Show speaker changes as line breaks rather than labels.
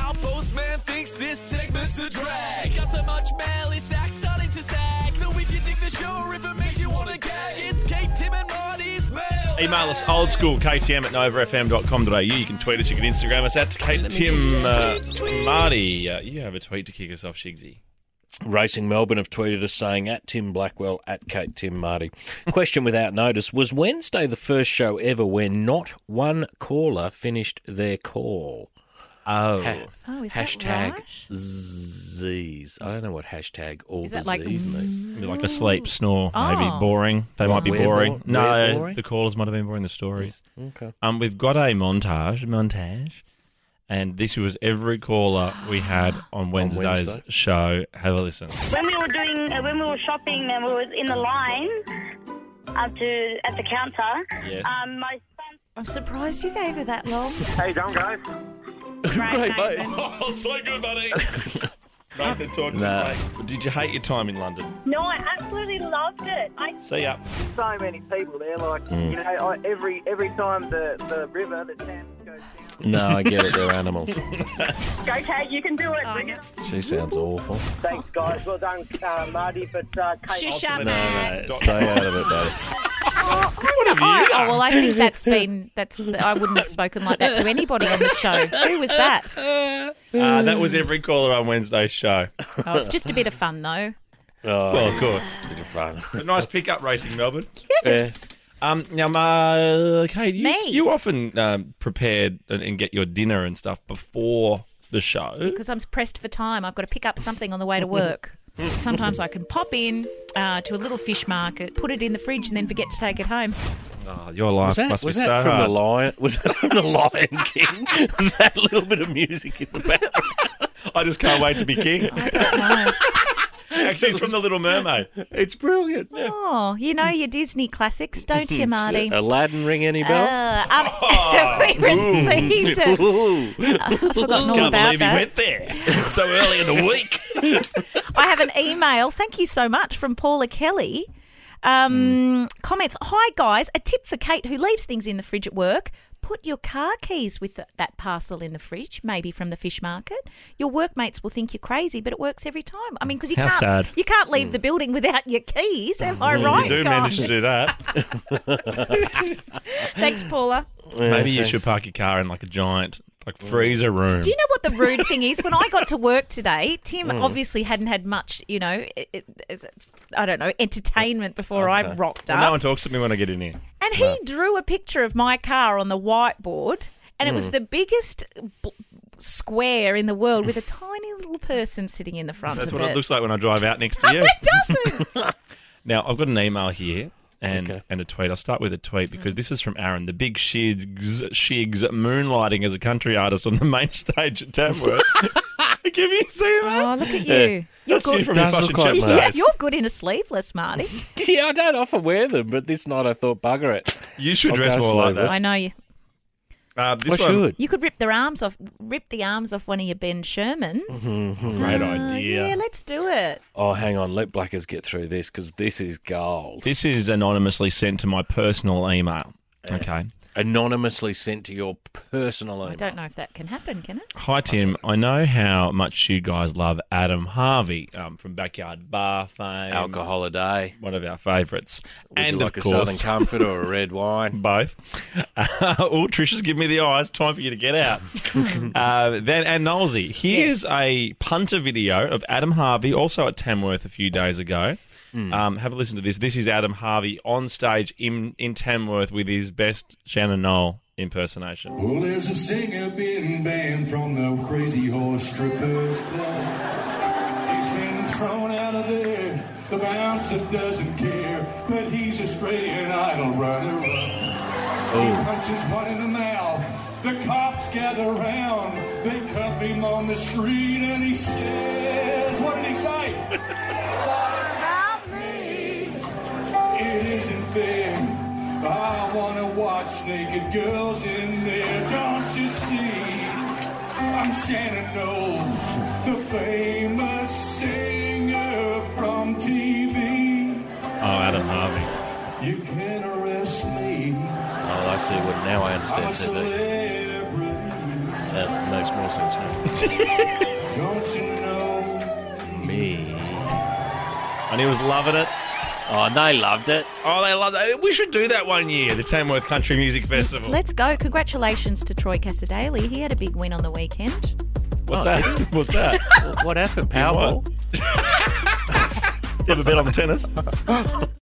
Our postman thinks this segment's a drag. It's got so much mail, his sack's starting to sag. So if you dig the show or if it makes you want to gag, it's Kate, Tim, and Marty's mail.
Email us old school KTM at novafm.com.au. You can tweet us, you can Instagram us at Kate Tim uh, Marty. Uh, you have a tweet to kick us off, Shigsy.
Racing Melbourne have tweeted us saying at Tim Blackwell at Kate Tim Marty. Question without notice was Wednesday the first show ever where not one caller finished their call. Oh,
Oh, is that
hashtag
right?
Z's. I don't know what hashtag all
Is
the
that like
Z's mean.
zzz?
Like a sleep, snore, maybe
Oh.
boring. They might be
We're
boring.
bo-
no,
we're boring?
the callers might have been boring. The stories.
Okay.
Um, we've got a montage, montage, and this was every caller we had on Wednesday's
Wednesday.
show. Have a listen.
when we were doing uh, when we were shopping and we were in the line up to at the counter.
Yes.
Um, my son.
I'm surprised you gave her that long.
How you going, guys?
Great, mate.
Oh, so good, buddy. Nathan, talk to
Nah.
us, mate. Did you hate your time in London?
No, I absolutely loved it. I
See ya.
So many people there. Like you know, I, every every time the the river the Thames goes down,
No, I get it. They're animals.
go tag. You can do it. Bring it.
She sounds awful.
Thanks, guys. Well done, uh, Marty. But uh, Kate,
Shush up,
No,
man.
no,
Stay out of it, buddy.
Oh, oh, well, I think that's been that's. I wouldn't have spoken like that to anybody on the show. Who was that?
Uh, that was every caller on Wednesday's show.
Oh, it's just a bit of fun, though.
Oh,
Well, of course.
it's a bit of fun.
But nice pickup racing, Melbourne.
Yes.
Um, now, Ma, Kate, you,
Me.
you often um, prepare and, and get your dinner and stuff before the show.
because I'm pressed for time. I've got to pick up something on the way to work. Sometimes I can pop in uh, to a little fish market, put it in the fridge, and then forget to take it home.
Oh, your life
Was that,
must
was
be
that
so
from
hard.
the lion? Was that from the Lion King? that little bit of music in the background.
I just can't wait to be king.
I don't know.
Actually, it's from The Little Mermaid.
It's brilliant.
Oh, you know your Disney classics, don't you, Marty?
Aladdin ring any bells?
Uh, um, we received it.
Ooh.
I've forgotten all
Oh, Can't
about
believe he
that.
went there so early in the week.
I have an email. Thank you so much from Paula Kelly. Um, Comments. Hi guys. A tip for Kate who leaves things in the fridge at work. Put your car keys with th- that parcel in the fridge, maybe from the fish market. Your workmates will think you're crazy, but it works every time. I mean, because you
How
can't
sad. Mm.
you can't leave the building without your keys. Am I right,
you do
guys?
manage to do that.
Thanks, Paula.
Maybe you should park your car in like a giant like freezer room.
Do you know what the rude thing is? When I got to work today, Tim
Mm.
obviously hadn't had much, you know, it, it, it's- I don't know, entertainment before I rocked up.
Well, no one talks to me when I get in here.
And he drew a picture of my car on the whiteboard, and it
Hmm.
was the biggest b- square in the world with a tiny little person sitting in the front
That's
of
what it
it. Oh,
looks like when I drive out next to you.
it doesn't.
Now I've got an email here and
Okay.
and a tweet. I'll start with a tweet
Hmm.
because this is from Aaron, the big shigs shigs moonlighting as a country artist on the main stage at Tamworth. Can you see
oh,
that?
look at you.
That's
good.
you from your
Does
fucking
look like
chip
that.
Yeah,
days.
you're good in a sleeveless, Marty.
Yeah, I don't often wear them, but this night I thought, bugger it.
You should
I'll
dress
go
more like
sleeveless.
I
that.
know you.
Uh, this
I
one-
should.
You could rip their arms off, rip the arms off one of your Ben Shermans.
Mm-hmm, Great
Uh,
idea.
yeah, let's do it.
Oh, hang on. Let Blackers get through this because this is gold.
This is anonymously sent to my personal email. Okay.
Anonymously sent to your personal email.
I don't know if that can happen, can it?
Hi, Tim. I know how much you guys love Adam Harvey um, from Backyard Bar fame.
Alcohol a day.
One of our favourites.
Would
and
you like
of
a
course,
Southern Comfort or a red wine?
both. oh, Trisha's giving me the eyes. Time for you to get out. uh, then, and Knowlesy. Here's a punter video of Adam Harvey, also at Tamworth a few days ago. Um, have a listen to this. This is Adam Harvey on stage in, in Tamworth with his best Shannon Knoll impersonation.
Well, there's a singer being banned from the Crazy Horse Strippers Club. He's been thrown out of there. The bouncer doesn't care, but he's Australian Idol runner. He punches one in the mouth. The cops gather round. They cuff him on the street, and he says, "What did he say? what about me? It isn't fair. I wanna watch naked girls in there. Don't you see? I'm Shannon Knowles, the famous singer from TV.
Oh, Adam Harvey.
You can't arrest me.
Oh, I see. Well, now I
I'm
understand
a
TV.
celebrity.
That makes more sense now.
Don't you know?
Me.
And he was loving it.
Oh, and they loved it.
Oh, they love that. We should do that one year, the Tamworth Country Music Festival.
Let's go. Congratulations to Troy Casadale. He had a big win on the weekend.
What's that? What's that?
What happened, Powerball?
You have a bet on the tennis?